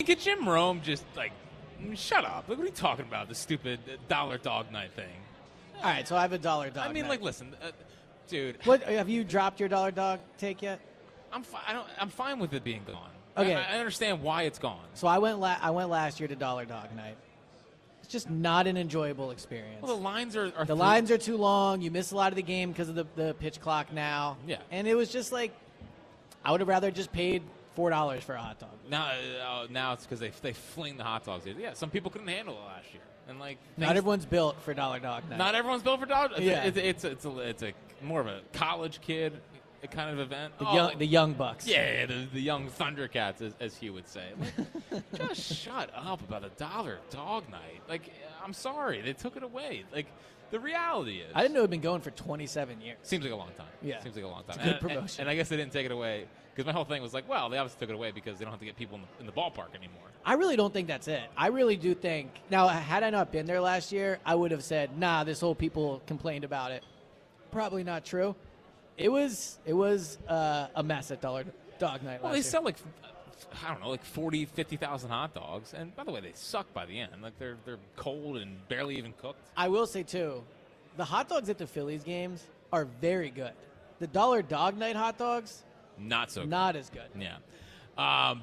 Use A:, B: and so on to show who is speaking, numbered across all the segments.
A: Get Jim Rome just like, shut up. Like, what are you talking about? The stupid dollar dog night thing.
B: All right, so I have a dollar dog.
A: I mean,
B: now.
A: like, listen, uh, dude,
B: what have you dropped your dollar dog take yet?
A: I'm fi- I don't, I'm fine with it being gone.
B: Okay.
A: I, I understand why it's gone.
B: So I went. La- I went last year to dollar dog night. It's just not an enjoyable experience.
A: Well, the lines are, are
B: the lines are too long. You miss a lot of the game because of the, the pitch clock now.
A: Yeah.
B: And it was just like, I would have rather just paid four dollars for a hot dog.
A: now. Uh, now it's because they they fling the hot dogs. Yeah, some people couldn't handle it last year, and like
B: Not
A: things-
B: everyone's built for dollar dog night.
A: Not everyone's built for dodge. It's,
B: Yeah.
A: it's, it's, it's, a, it's a more of a college kid kind of event.
B: the
A: Oh,
B: young the young bucks.
A: yeah, yeah, the, the young Thundercats, as, as Hugh would say. Like, just shut up about a dollar dog night. Like, I'm sorry, they took it away. Like, the reality is,
B: I didn't know it'd been going for 27 years.
A: Seems like a long time.
B: Yeah.
A: Seems like a long time.
B: It's a good
A: And- and-
B: promotion.
A: And, I guess they didn't take it away because my whole thing was like, well, they obviously took it away because they don't have to get people in the, in the ballpark anymore.
B: I really don't think that's it. I really do think now. Had I not been there last year, I would have said, "Nah, this whole people complained about it." Probably not true. It was it was uh, a mess at Dollar Dog Night last
A: Well, they
B: year.
A: sell like f- I don't know, like 40, 50,000 hot dogs, and by the way, they suck by the end. Like they're they're cold and barely even cooked.
B: I will say too, the hot dogs at the Phillies games are very good. The Dollar Dog Night hot dogs
A: Not so.
B: not as good.
A: Good. Yeah. Um,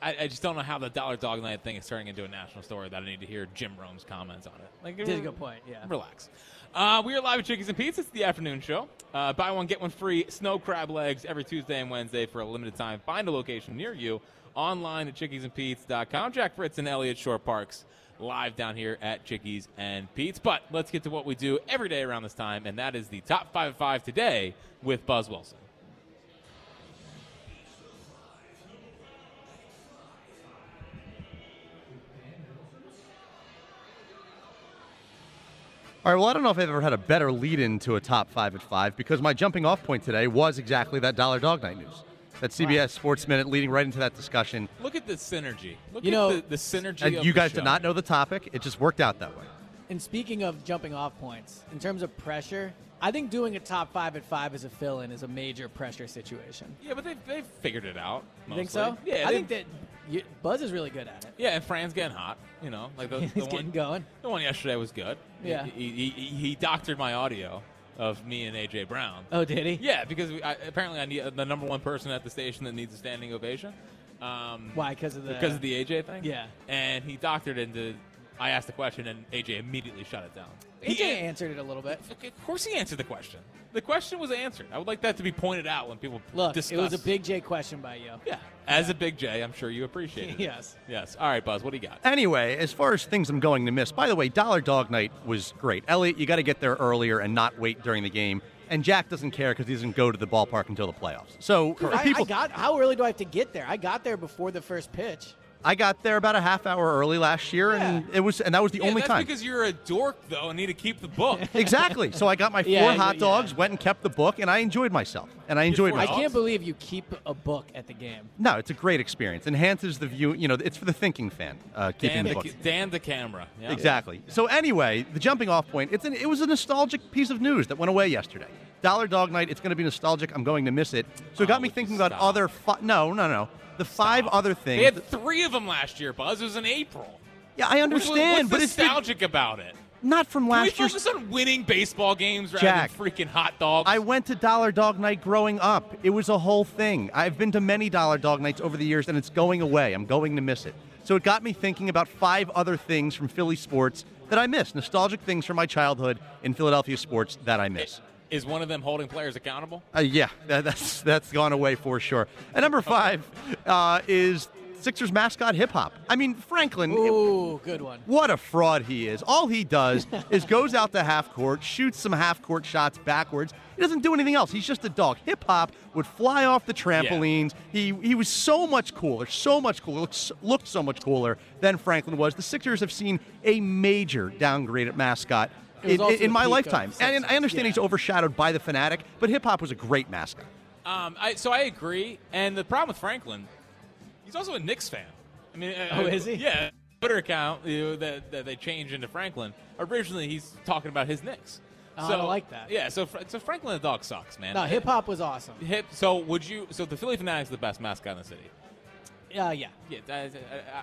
A: I, I just don't know how the dollar dog night thing is turning into a national story that I need to hear Jim Rome's comments on it. Like,
B: That's a good point, yeah.
A: Relax. Uh, we are live at Chickies and Pizza. It's the afternoon show. Uh, buy one, get one free. Snow crab legs every Tuesday and Wednesday for a limited time. Find a location near you online at chickiesandpete's.com. Jack Fritz and Elliot Shore Parks live down here at Chickies and Pete's. But let's get to what we do every day around this time, and that is the top five of five today with Buzz Wilson.
C: All right, well, I don't know if I've ever had a better lead in to a top five at five because my jumping off point today was exactly that Dollar Dog Night news. That CBS Sports Minute leading right into that discussion.
A: Look at the synergy. Look
B: You
A: at
B: know-
A: the, the synergy.
C: And
A: of
C: you
A: the
C: guys
A: show.
C: did not know the topic, it just worked out that way.
B: And speaking of jumping off points, in terms of pressure, I think doing a top five at five as a fill-in is a major pressure situation.
A: Yeah, but they've, they've figured it out.
B: You
A: Mostly.
B: think so?
A: Yeah,
B: I
A: they-
B: think that you, Buzz is really good at it.
A: Yeah, and Fran's getting hot. You know, like the, the
B: He's getting
A: one,
B: going.
A: The one yesterday was good.
B: Yeah.
A: He, he, he, he doctored my audio of me and AJ Brown.
B: Oh, did he?
A: Yeah, because we, I, apparently I need the number one person at the station that needs a standing ovation. Um,
B: Why? Because of the
A: Because of the AJ thing.
B: Yeah.
A: And he doctored into. I asked the question and AJ immediately shut it down.
B: AJ
A: He an-
B: answered it a little bit.
A: Okay, Of course, he answered the question. The question was answered. I would like that to be pointed out when people
B: Look,
A: Discuss.
B: it was a big J question by you.
A: yeah. As a big J, I'm sure you appreciate it.
B: Yes.
A: Yes. All right, Buzz. What do you got?
C: Anyway, as far as things I'm going to miss, by the way, Dollar Dog Night was great. Elliot, you got to get there earlier and not wait during the game. And Jack doesn't care because he doesn't go to the ballpark until the playoffs. So if
B: I,
C: people,
B: I got. How early do I have to get there? I got there before the first pitch.
C: I got there about a half hour early last year, and
B: Yeah.
C: it was, and that was the
A: Yeah,
C: only
A: that's
C: time.
A: because you're a dork, though, and need to keep the book.
C: Exactly. So I got my four
B: Yeah,
C: hot
B: yeah.
C: dogs, went and kept the book, and I enjoyed myself. And I enjoyed
A: four
B: I
A: Awesome.
C: myself.
B: can't believe you keep a book at the game.
C: No, it's a great experience. Enhances the view. You know, it's for the thinking fan. Uh, keeping
A: Dan,
C: the
A: the,
C: book.
A: Dan the camera. Yeah.
C: Exactly. So anyway, the jumping off point. It's an, it was a nostalgic piece of news that went away yesterday. Dollar Dog Night. It's going to be nostalgic. I'm going to miss it. So it got
A: Oh,
C: me
A: would you
C: thinking about
A: stop?
C: other. Fi- no, no, no. The five other
A: They
C: things.
A: had three of them last year, Buzz. It was in April.
C: yeah, I
A: What's- What's
C: understand, but it's
A: nostalgic about it?
C: Not from
A: Can we
C: last year's.
A: focus on winning baseball games rather
C: Jack.
A: than freaking hot dogs?
C: I went to Dollar Dog Night growing up. It was a whole thing. I've been to many Dollar Dog Nights over the years, and it's going away. I'm going to miss it. So it got me thinking about five other things from Philly sports that I miss, nostalgic things from my childhood in Philadelphia sports that I miss.
A: Is one of them holding players accountable?
C: Uh, yeah, that, that's that's gone away for sure. And number five uh, is Sixers mascot hip hop. I mean, Franklin. it-
B: Ooh, good one.
C: what a fraud he is. All he does is goes out to half court, shoots some half court shots backwards. He doesn't do anything else. He's just a dog. Hip hop would fly off the trampolines. He he was so much cooler, so much cooler, looks, looked so much cooler than Franklin was. The Sixers have seen a major downgrade at mascot
B: It was
C: in,
B: also
C: in
B: the
C: my
B: peak of
C: lifetime. And, and I
B: Sixers,
C: understand
B: yeah.
C: he's overshadowed by the fanatic, but hip hop was a great mascot.
A: Um, I, so I agree. And the problem with Franklin, he's also a Knicks fan. I mean, uh,
B: Oh, is he?
A: Yeah, Twitter account you know, that, that they changed into Franklin. Originally, he's talking about his Knicks.
B: Oh, I like that.
A: Yeah, so Fra- so Franklin the dog sucks, man.
B: No, hip hop was awesome.
A: Hip. So would you? So the Philly Fanatics are the best mascot in the city.
B: Uh, yeah.
A: Yeah, I, I,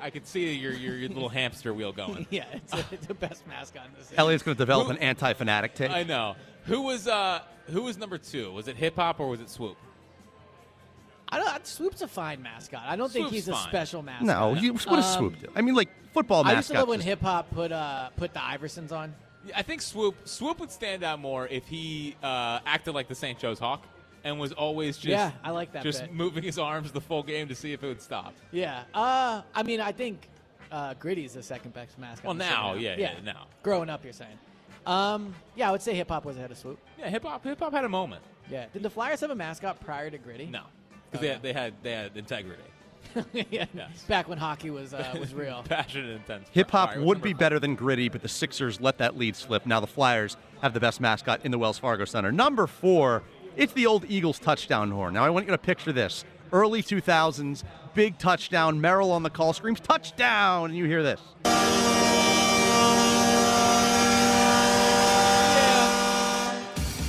A: I could see your, your your little hamster wheel going.
B: Yeah, it's, it's the best mascot in the city.
C: Elliot's going to develop
A: Who-
C: an anti fanatic take.
A: I know. Who was uh who was number two? Was it hip hop or was it swoop?
B: I don't, Swoop's a fine mascot. I don't think
A: Swoop's
B: he's a
A: fine.
B: special mascot.
C: No, you, what a swoop. do. I mean, like football
B: Um, I used to love
C: mascots.
B: when
C: just-
B: hip hop put uh, put the Iversons on.
A: I think Swoop Swoop would stand out more if he uh, acted like the St. Joe's Hawk and was always just
B: Yeah, I like that
A: just
B: bit.
A: moving his arms the full game to see if it would stop.
B: Yeah. Uh, I mean, I think uh, Gritty's the second best mascot.
A: Well,
B: in the
A: now,
B: city
A: yeah, yeah, now.
B: Growing up, you're saying. Um, yeah, I would say hip hop was ahead of Swoop.
A: Yeah, hip hop hip hop had a moment.
B: Yeah. Did the Flyers have a mascot prior to Gritty?
A: No, because they, had- they had they had integrity,
B: yeah.
A: Yes.
B: Back when hockey was uh, was real.
A: passion, and intense.
C: Hip hop
A: All right,
C: would
A: what's
C: be
A: number-
C: better than gritty, but the Sixers let that lead slip. Now the Flyers have the best mascot in the Wells Fargo Center. Number four, it's the old Eagles touchdown horn. Now I want you to picture this: early 2000s, big touchdown. Merrill on the call screams touchdown, and you hear this.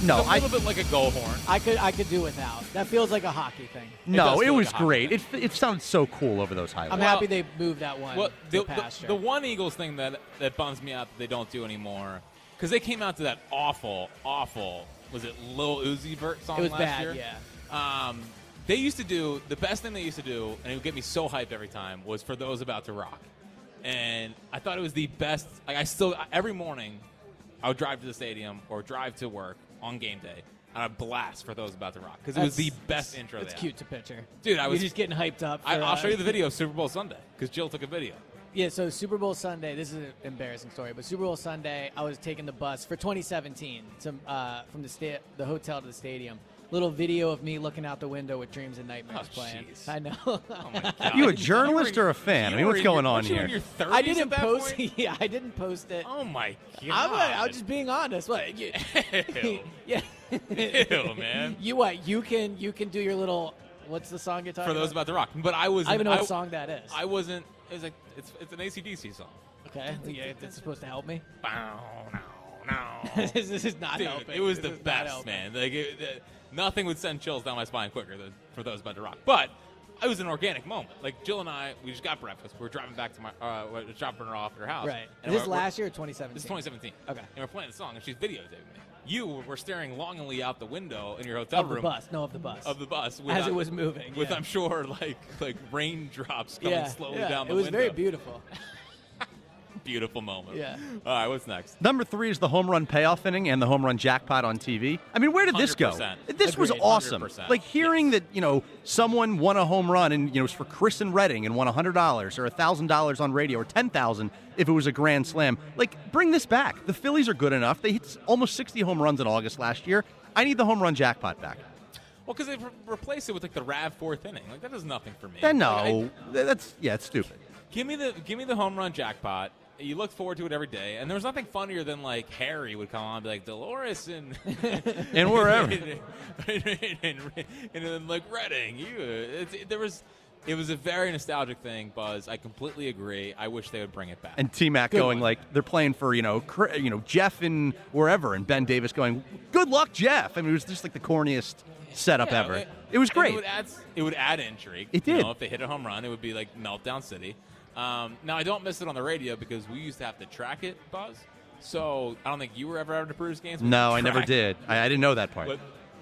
C: No,
A: a
C: I
A: little bit like a goal horn.
B: I could I could do without. That feels like a hockey thing.
C: no,
A: does
C: it,
A: feel like
C: was
A: a hockey
C: great. It, it sounded so cool over those highlights.
B: I'm
A: Well-
B: happy they moved that one
A: Well, the,
B: to
A: the,
B: pasture.
A: the one Eagles thing that that bums me out that they don't do anymore because they came out to that awful, awful was it Lil Uzi Vert song
B: It was
A: last
B: bad,
A: year?
B: yeah.
A: Um, they used to do the best thing they used to do, and it would get me so hyped every time was for those about to rock, and I thought it was the best. Like I still every morning, I would drive to the stadium or drive to work on game day. And a blast for those about to rock because it was the
B: That's-
A: best intro. they
B: It's
A: had.
B: cute to picture,
A: Dude, I was-
B: You're just getting hyped up.
A: I,
B: for,
A: I'll
B: uh,
A: show you the video of Super Bowl Sunday because Jill took a video.
B: Yeah, so Super Bowl Sunday. This is an embarrassing story, but Super Bowl Sunday, I was taking the bus for 2017 to, uh, from the sta- the hotel to the stadium. Little video of me looking out the window with dreams and nightmares
A: Oh,
B: playing.
A: jeez. Oh,
B: I know.
C: you a journalist or a fan? I mean, what's going on here?
B: I didn't post. Yeah, I didn't post it.
A: Oh my god!
B: I'm, a, I'm just being honest. What? You,
A: Ew.
B: yeah.
A: Ew, man.
B: You what? You can you can do your little. What's the song you're talking
A: for those
B: about?
A: about to rock. But I was.
B: I don't even know what song that is.
A: I wasn't. It was like it's it's an ACDC song.
B: okay. Yeah, that's supposed to help me.
A: Bow, no, no.
B: this is not
A: Dude,
B: helping.
A: it was
B: This
A: the
B: is not
A: best,
B: helping.
A: man. Like it, it- nothing would send chills down my spine quicker than for those about to rock. But it was an organic moment. Like Jill and I, we just got breakfast. We were driving back to my, uh, we were dropping her off at her house.
B: Right.
A: And
B: Is this
A: we're- we're-
B: last year or 2017?
A: This is 2017.
B: Okay.
A: And we're playing the song, and she's videotaping me. You were staring longingly out the window in your hotel
B: of
A: room
B: the bus. No, of the bus.
A: of the bus with,
B: As
A: I'm-
B: it was moving,
A: With
B: yeah.
A: I'm sure like like raindrops coming
B: yeah,
A: slowly
B: yeah,
A: down the
B: It was
A: window.
B: very beautiful.
A: Beautiful moment.
B: Yeah.
A: All right, what's next?
C: Number three is the home run payoff inning and the home run jackpot on TV. I mean, where did this go?
A: 100%.
C: This was
A: Agreed.
C: awesome.
A: 100%.
C: Like hearing that you know someone won a home run and you know it was for Chris and Redding and won hundred dollars or thousand dollars on radio or ten thousand if it was a grand slam. Like bring this back. The Phillies are good enough. They hit s- almost sixty home runs in August last year. I need the home run jackpot back.
A: Well, because they re- replaced it with like the Rav fourth inning. Like that does nothing for me.
C: Then
A: Like, I-
C: no, Th- that's yeah, it's stupid.
A: Give me the give me the home run jackpot. You look forward to it every day, and there was nothing funnier than like Harry would come on and be like Dolores and
C: And wherever.
A: and, and, and then like Redding. You, it's it, there was it was a very nostalgic thing, Buzz. I completely agree. I wish they would bring it back.
C: And T Mac going
A: one.
C: like they're playing for you know Cr- you know Jeff and wherever, and Ben Davis going, "Good luck, Jeff." I mean, it was just like the corniest setup
A: Yeah,
C: ever. It,
A: it-
C: was
A: and
C: great.
A: It would add, s- it would add intrigue.
C: It
A: You
C: did.
A: know, if they hit a home run, it would be like meltdown city. Um, now I don't miss it on the radio because we used to have to track it, Buzz. So I don't think you were ever out to Brewers games. but
C: No,
A: you
C: I never
A: tracked
C: did. I, I didn't know that part.
A: what-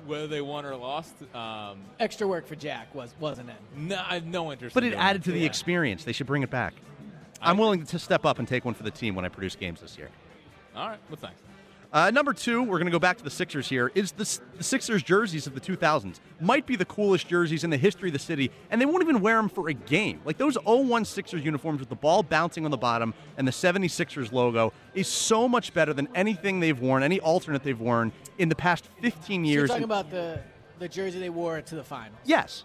A: Whether they won or lost, um,
B: Extra work for Jack was wasn't it?
A: no, I have no interest.
C: But
A: in
C: it
A: doing
C: added to the
A: Yeah.
C: experience. They should bring it back. I'm willing to step up and take one for the team when I produce games this year.
A: All right, what's next?
C: Uh, number two, we're going to go back to the Sixers here, is the, S- the Sixers jerseys of the 2000s. Might be the coolest jerseys in the history of the city, and they won't even wear them for a game. Like those 01 Sixers uniforms with the ball bouncing on the bottom and the 76ers logo is so much better than anything they've worn, any alternate they've worn in the past 15
B: So you're
C: years.
B: talking
C: And-
B: about the the jersey they wore to the final.
C: yes.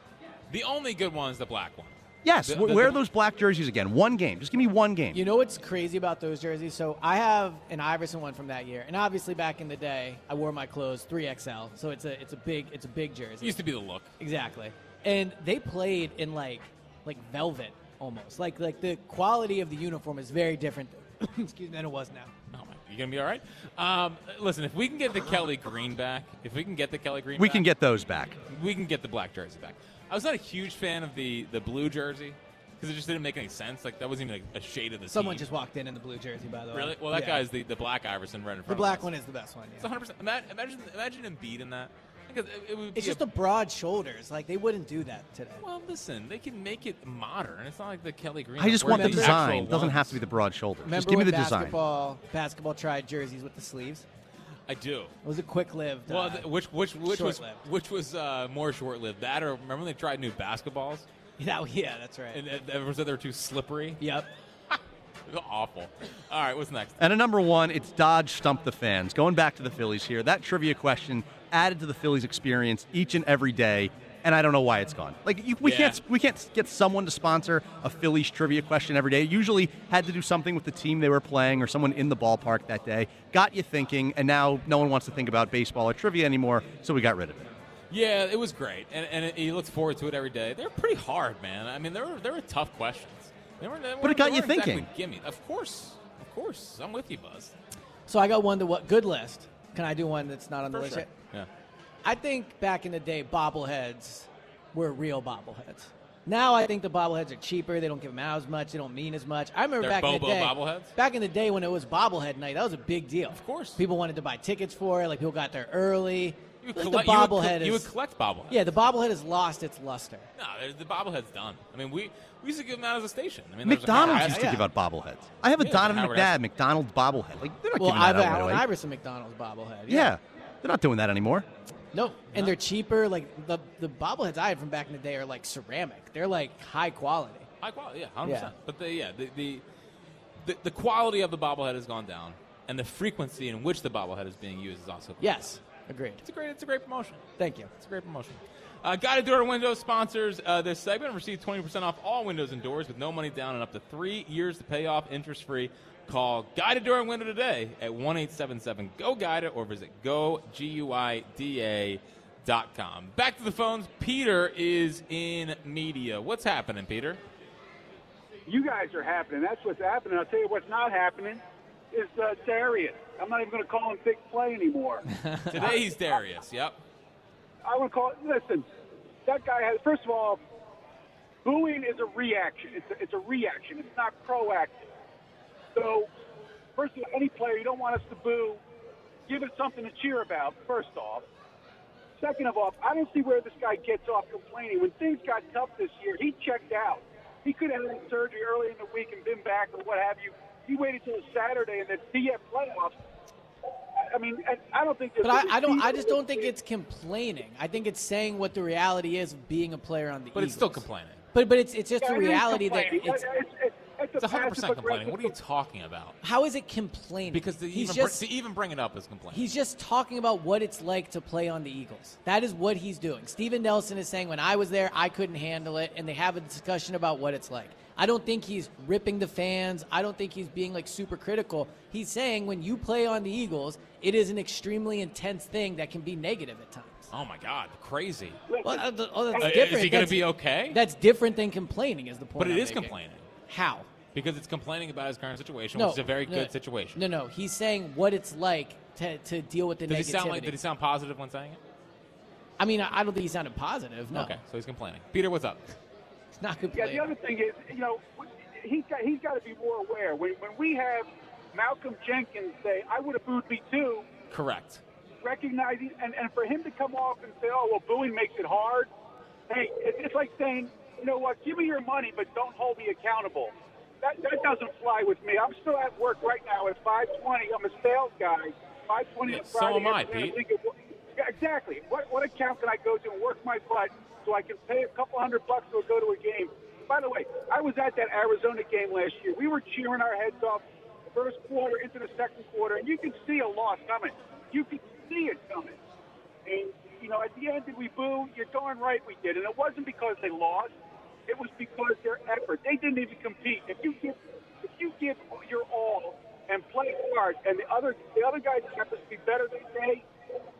A: The only good one is the black one.
C: Yes.
A: The-
C: W-
A: the-
C: wear
A: the-
C: those black jerseys again. One game. Just give me one game.
B: You know what's crazy about those jerseys? So I have an Iverson one from that year, and obviously back in the day, I wore my clothes 3XL, so it's a it's a big it's a big
A: It
B: jersey.
A: used to be the look.
B: Exactly. And they played in like like velvet almost. Like like the quality of the uniform is very different excuse me than it was now.
A: Oh my, you gonna be all right? Um, listen, if we can get the Kelly Green back, if we can get the Kelly Green,
C: we
A: back,
C: can get those back.
A: we can get the black jersey back. I was not a huge fan of the the blue jersey because it just didn't make any sense. Like that wasn't even like, a shade of the.
B: Someone
A: team.
B: just walked in in the blue jersey by the way.
A: really well. That
B: Yeah.
A: guy's the, the black Iverson right in front.
B: the
A: of
B: black
A: us.
B: one is the best one.
A: It's
B: Yeah.
A: 100. percent Imagine imagine Embiid in that. Because it, it would
B: It's
A: be
B: just
A: a,
B: the broad shoulders. Like they wouldn't do that today.
A: Well, listen, they can make it modern. It's not like the Kelly Green.
C: I just
A: We're
C: want the
A: the actual
C: design. It doesn't
A: ones.
C: have to be the broad shoulders.
B: Remember
C: Just give me
B: when
C: the design.
B: basketball basketball tried jerseys with the sleeves?
A: I do.
B: It was a quick lived. uh,
A: Well, th- which which which was
B: short-lived.
A: which was uh, more short-lived? That or remember when they tried new basketballs
B: yeah, yeah, that's right.
A: and ev- everyone said they were too slippery?
B: yep.
A: It was awful. All right, what's next?
C: And at number one, it's Dodge Stump the Fans. Going back to the Phillies here, that trivia question added to the Phillies experience each and every day. And I don't know why it's gone. Like you, we
A: Yeah.
C: can't we can't get someone to sponsor a Phillies trivia question every day. It usually had to do something with the team they were playing or someone in the ballpark that day. Got you thinking, and now no one wants to think about baseball or trivia anymore, so we got rid of it.
A: Yeah, it was great, and and it, he looks forward to it every day. They're pretty hard, man. I mean, there were there were tough questions. They were, they
C: But it got
A: they
C: you
A: weren't exactly
C: thinking.
A: Gimme, of course, of course. I'm with you, Buzz.
B: So I got one to what good list. Can I do one that's not on the
A: For
B: list
A: sure.
B: yet?
A: Yeah.
B: I think back in the day, bobbleheads were real bobbleheads. Now I think the bobbleheads are cheaper. They don't give them out as much. They don't mean as much. I remember
A: They're
B: back in the
A: Bobo
B: day,
A: bobbleheads?
B: back in the day when it was bobblehead night, that was a big deal. Of
A: course.
B: people wanted to buy tickets for it. Like people got there early.
A: You would,
B: Like,
A: collect-
B: the
A: you would
B: bobblehead
A: col-
B: is
A: you would collect bobbleheads.
B: yeah, the bobblehead has lost its luster.
A: No, the- the bobblehead's done. I mean, we we used to give them out as a station. I mean, there's a-
C: McDonald's
A: I-
C: used
A: yeah.
C: to give out bobbleheads. I have a
A: Yeah,
C: Donovan
A: Howard
C: McNabb
A: Ashman.
C: McDonald bobblehead. Like they're not
B: Well,
C: giving
B: I've
C: that out right
B: Allen
C: away.
B: Iverson McDonald's bobblehead.
C: yeah, they're not doing that anymore.
B: No, and they're cheaper. Like the the bobbleheads I had from back in the day are like ceramic. They're like high quality.
A: High quality, yeah, hundred
B: Yeah.
A: percent. But the yeah, the, the the the quality of the bobblehead has gone down, and the frequency in which the bobblehead is being used is also.
B: Yes, agreed.
A: it's a great, it's a great promotion.
B: Thank you.
A: It's a great promotion. Uh, Guided Door to Windows sponsors uh, this segment. Receive 20% off all windows and doors with no money down and up to three years to pay off interest free. Call Guided Door and Window today at 1 877 GO GUIDE or visit goguida.com. Back to the phones. Peter is in media. What's happening, Peter?
D: You guys are happening. That's what's happening. I'll tell you what's not happening is uh, Darius. I'm not even going to call him big play anymore.
A: Today he's Darius. Yep.
D: I would call it. Listen, that guy has. First of all, booing is a reaction. It's a, it's a reaction. It's not proactive. So, first of all, any player you don't want us to boo, give us something to cheer about. First off. Second of all, I don't see where this guy gets off complaining. When things got tough this year, he checked out. He could have had surgery early in the week and been back or what have you. He waited till Saturday and then see at playoffs. I- I mean, and I don't think. there's
B: But
D: any
B: I, I don't. I
D: reason
B: just don't think
D: to-
B: it's complaining. I think it's saying what the reality is of being a player on the.
A: But it's still
B: Eagles.
A: complaining.
B: But but it's it's just
D: Yeah,
B: the
D: it is
B: reality that
D: complaining.
B: it's.
D: it's,
A: It's
D: a
A: 100%
D: passive-aggressive
A: complaining. What are you talking about?
B: How is it complaining?
A: Because to
B: he's
A: even, br-
B: just
A: to even bring it up is complaining.
B: He's just talking about what it's like to play on the Eagles. That is what he's doing. Steven Nelson is saying, when I was there, I couldn't handle it, and they have a discussion about what it's like. I don't think he's ripping the fans. I don't think he's being like super critical. He's saying when you play on the Eagles, it is an extremely intense thing that can be negative at times.
A: Oh my God, crazy.
B: Well, uh, th- oh,
A: Uh,
B: that's
A: is
B: different.
A: he gonna
B: That's-
A: be okay?
B: That's different than complaining, is the point.
A: But it
B: I'm
A: is
B: making.
A: complaining
B: How?
A: because it's complaining about his current situation, which is a very good situation.
B: No, no, he's saying what it's like to, to deal with the
A: Did
B: negativity.
A: he sound like? Did he sound positive when saying it?
B: I mean, I I don't think he sounded positive. No,
A: Okay, so he's complaining. Peter, what's up?
B: it's not
D: Yeah,
B: complaining.
D: the other thing is, you know, he's got he's got to be more aware. When when we have Malcolm Jenkins say, I would have booed me too,
A: Correct.
D: recognizing, and, and for him to come off and say, oh, well, booing makes it hard. Hey, it, it's like saying, you know what, give me your money, but don't hold me accountable. That, that doesn't fly with me. I'm still at work right now at 520. I'm a sales guy. 520
A: Yeah,
D: on
A: so
D: Friday.
A: am I,
D: afternoon,
A: Pete.
D: we could- Yeah, Exactly. What, what account can I go to and work my butt so I can pay a couple hundred bucks to go to a game? By the way, I was at that Arizona game last year. We were cheering our heads off first quarter into the second quarter, and you could see a loss coming. You could see it coming. And, you know, at the end, did we boo? You're darn right we did. And it wasn't because they lost. It was because their effort. They didn't even compete. If you give, if you give your all and play hard, and the other the other guys happens to be better than they,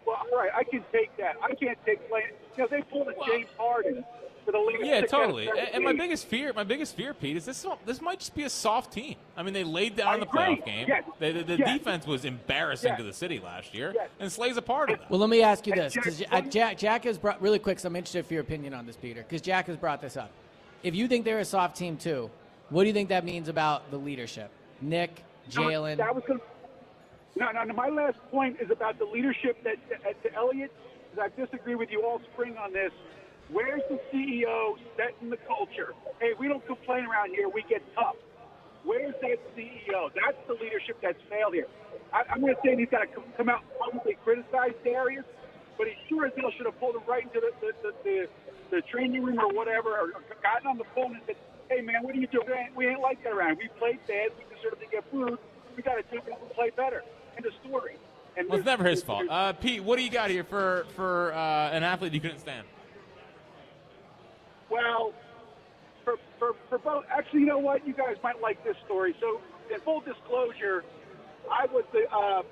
D: well, all right, I can take that. I can't take playing. You know, they pulled a
A: Well-
D: James Harden for the league.
A: Yeah, totally. A- And, my biggest fear, my biggest fear, Pete, is this. This might just be a soft team. I mean, they laid down
D: I
A: in the
D: agree.
A: playoff game.
D: Yes.
A: They, the the
D: Yes.
A: defense was embarrassing
D: Yes.
A: to the city last year,
D: Yes.
A: and Slay's a part of that.
B: Well, let me ask you
D: Hey,
B: this,
D: Jack,
B: because
D: let me-
B: Jack, Jack has brought really quick. So I'm interested for your opinion on this, Peter, because Jack has brought this up. If you think they're a soft team too, what do you think that means about the leadership? Nick, Jalen.
D: That was gonna, no, no, no. My last point is about the leadership that, that to Elliott. Because I disagree with you all spring on this. Where's the CEO setting the culture? Hey, we don't complain around here. We get tough. Where's that CEO? That's the leadership that's failed here. I, I'm going to say he's got to come, come out and publicly criticize Darius, but he sure as hell should have pulled him right into the the, the, the, the training room or whatever, or, or gotten on the phone and said, "Hey, man, what are you doing? We ain't, we ain't like that around. We played bad. We deserve to get food. We got to take it up and play better." End of story. And
A: Well, it's
D: there's-
A: never his
D: there's-
A: fault. Uh, Pete, what do you got here for for uh, an athlete you couldn't stand?
D: Well, for, for, for both, actually, you know what? You guys might like this story. So, in full disclosure, I was the uh,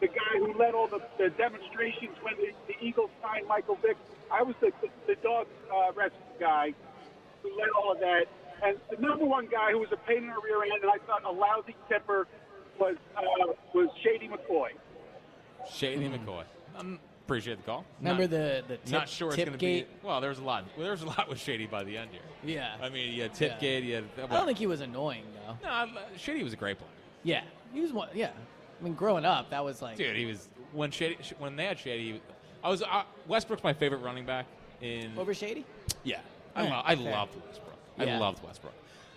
D: the guy who led all the, the demonstrations when the, the Eagles signed Michael Vick. I was the, the, the dog uh, rescue guy who led all of that. And the number one guy who was a pain in our rear end, and I thought a lousy temper, was uh, was Shady McCoy.
A: Shady
B: Mm.
A: McCoy. Um, appreciate the call.
B: remember
A: Not-
B: the the tip,
A: not sure it's
B: tip
A: going to be.
B: gate?
A: Well, there's a lot. Well, there's a lot with Shady by the end here.
B: Yeah.
A: I mean, yeah, Tipgate.
B: Yeah.
A: Yeah. You had,
B: I don't think he was annoying though.
A: No, I'm- Shady was a great player.
B: Yeah, he was one. Yeah, I mean, growing up, that was like.
A: Dude, he was when Shady when they had Shady. I was uh, Westbrook's my favorite running back in.
B: Over Shady?
A: yeah, I,
B: Yeah,
A: lo- I
B: fair.
A: loved Westbrook. I
B: Yeah.
A: loved Westbrook,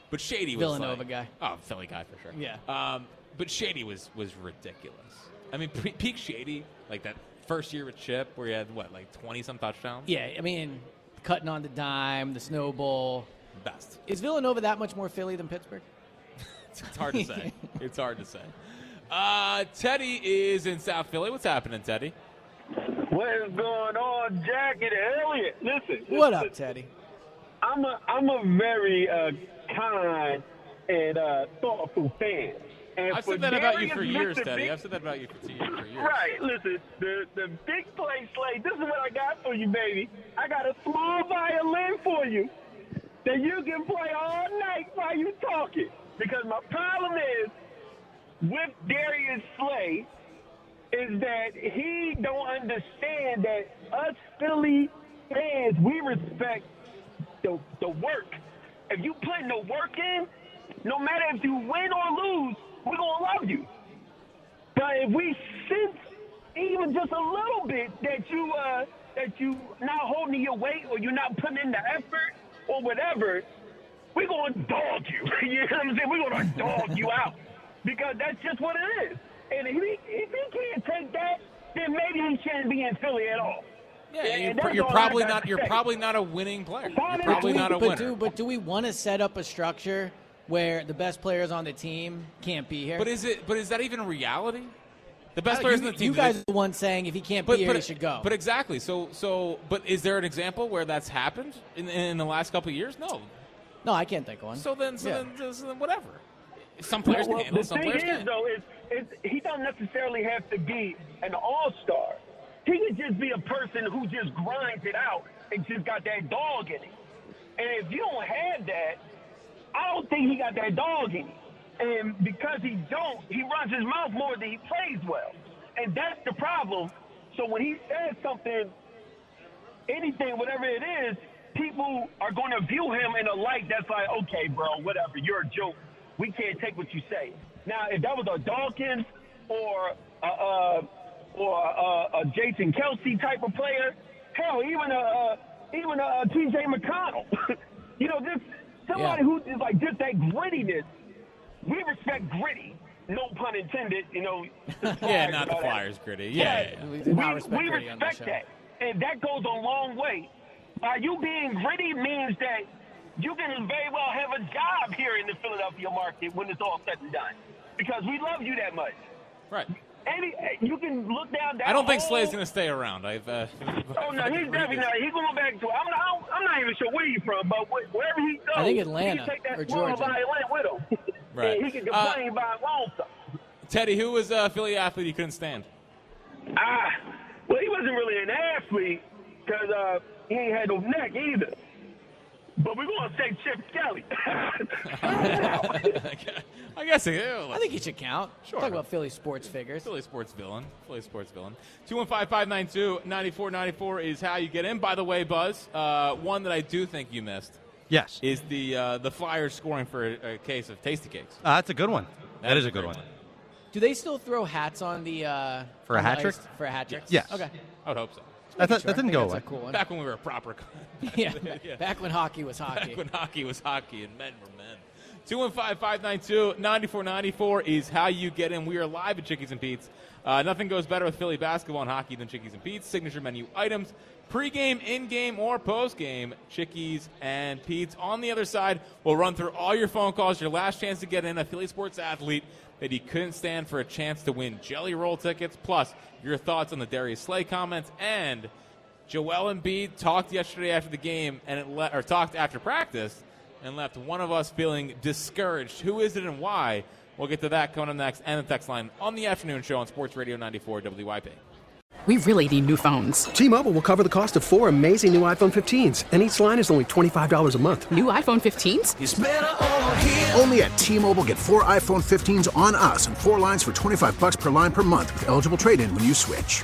A: but Shady was
B: Villanova
A: like,
B: guy.
A: Oh, Philly guy for sure.
B: Yeah.
A: Um, but Shady was was ridiculous. I mean, pre- peak Shady like that first year with Chip where he had what like twenty some touchdowns.
B: Yeah, I mean, cutting on the dime, the snowball.
A: Best.
B: Is Villanova that much more Philly than Pittsburgh?
A: It's hard to say. it's hard to say. Uh, Teddy is in South Philly. What's happening, Teddy?
E: What is going on, Jack and Elliot? Listen,
B: What
E: listen,
B: up, Teddy?
E: I'm a I'm a very uh, kind and uh, thoughtful fan. And
A: I've
E: for
A: said that about you
E: Darius
A: for years,
E: Mr.
A: Teddy.
E: Big-
A: I've said that about you for, for years.
E: Right, listen, the the big play slate. This is what I got for you, baby. I got a small violin for you that you can play all night while you talking. Because my problem is with Darius Slay is that he don't understand that us Philly fans we respect the the work. If you putting the work in, no matter if you win or lose, we're gonna love you. Now, if we sense even just a little bit that you uh, that you not holding your weight or you're not putting in the effort or whatever, we're gonna dog you. you know what I'm saying? We're gonna dog you out because that's just what it is. And if he if he can't take that, then maybe he shouldn't be in Philly at all.
A: Yeah,
E: And
A: you're,
E: that's
A: pro- you're
E: all I
A: probably
E: gotta
A: not. You're
E: say.
A: probably not a winning player. You're
E: But
A: probably
E: we-
A: not a
B: but do
A: winner.
B: but do we want to set up a structure where the best players on the team can't be here?
A: But is it? But is that even reality? The
B: I
A: best
B: don't-
A: players
B: you,
A: in the team.
B: you
A: do
B: guys
A: they-
B: are the one saying if he can't be
A: but,
B: here,
A: but,
B: he should go.
A: But exactly. So so. But is there an example where that's happened in, in the last couple of years? No.
B: no, I can't think of one.
A: So then, so,
B: Yeah.
A: then, so then, whatever. Some players
E: Well,
A: can handle. it,
E: the
A: Some
E: thing
A: players
E: is,
A: can't.
E: though, is, is he don't necessarily have to be an all star. He could just be a person who just grinds it out and just got that dog in him. And if you don't have that, I don't think he got that dog in him. And because he don't, he runs his mouth more than he plays well. And that's the problem. So when he says something anything, whatever it is, people are going to view him in a light that's like, okay, bro, whatever, you're a joke.
D: we can't take what you say. Now, if that was a Dawkins or a, uh, or a, a Jason Kelsey type of player, hell, even a, a even a, T.J. McConnell, you know, this somebody
B: Yeah.
D: who is like just that grittiness. We respect gritty, no pun intended. You know, the
A: Yeah,
D: Flyers
A: not
D: and
A: the
D: all that.
A: Flyers gritty. Yeah, yeah, yeah.
B: We
D: We,
B: do not respect,
D: we
B: gritty on this
D: respect that. And that goes a long way. By you being gritty means that you can very well have a job here in the Philadelphia market when it's all said and done. Because we love you that much.
A: right.
D: Any, you can look down that
A: I don't think
D: whole-
A: Slade's gonna stay around. I've. Uh,
D: Oh no, he's definitely not. He's going back to. I'm not. I don't- I'm not even sure where he's from, but wh- wherever he goes,
B: I think
D: he
B: Atlanta
D: can take that
B: or
D: small
B: Georgia.
D: violin with him.
A: Right. Uh,
D: And he can complain about long stuff.
A: Teddy, who was a Philly athlete you couldn't stand?
D: Ah, well, he wasn't really an athlete because uh, he ain't had no neck either. But we're going to say Chip Kelly.
A: I guess he.
B: I think he should count.
A: Sure.
B: Talk about Philly sports figures.
A: Philly sports villain. Philly sports villain. 215-592-9494 is how you get in. By the way, Buzz, uh, one that I do think you missed
C: Yes.
A: is the uh, the Flyers scoring for a, a case of Tasty Cakes.
C: Uh, that's a good one. that is a good
A: great
C: one.
B: Do they still throw hats on the uh,
C: For a
B: on the
C: hat trick?
B: ice For a hat trick?
C: Yes.
B: Okay.
A: I would hope so.
C: That, that,
B: Sure, I
C: that didn't
B: think
C: go
B: that's
C: away.
B: A cool one.
A: Back when we were a proper
B: yeah, Back when hockey was hockey.
A: back when hockey was hockey and men were men. 215-592-9494 is how you get in. We are live at Chickies and Pete's. Uh, nothing goes better with Philly basketball and hockey than Chickies and Pete's. Signature menu items, pregame, in-game, or postgame, Chickies and Pete's. On the other side, we'll run through all your phone calls, your last chance to get in, a Philly sports athlete that he couldn't stand for a chance to win Jelly Roll tickets, plus your thoughts on the Darius Slay comments and Joel Embiid talked yesterday after the game, and it le- or talked after practice, and left one of us feeling discouraged. Who is it and why? We'll get to that coming up next, and the text line on the afternoon show on Sports Radio 94 WYP.
F: We really need new phones.
G: T-Mobile will cover the cost of four amazing new iPhone 15s, and each line is only $25 a month.
F: New iPhone 15s?
H: Only at T-Mobile, get four iPhone 15s on us and four lines for 25 bucks per line per month with eligible trade-in when you switch.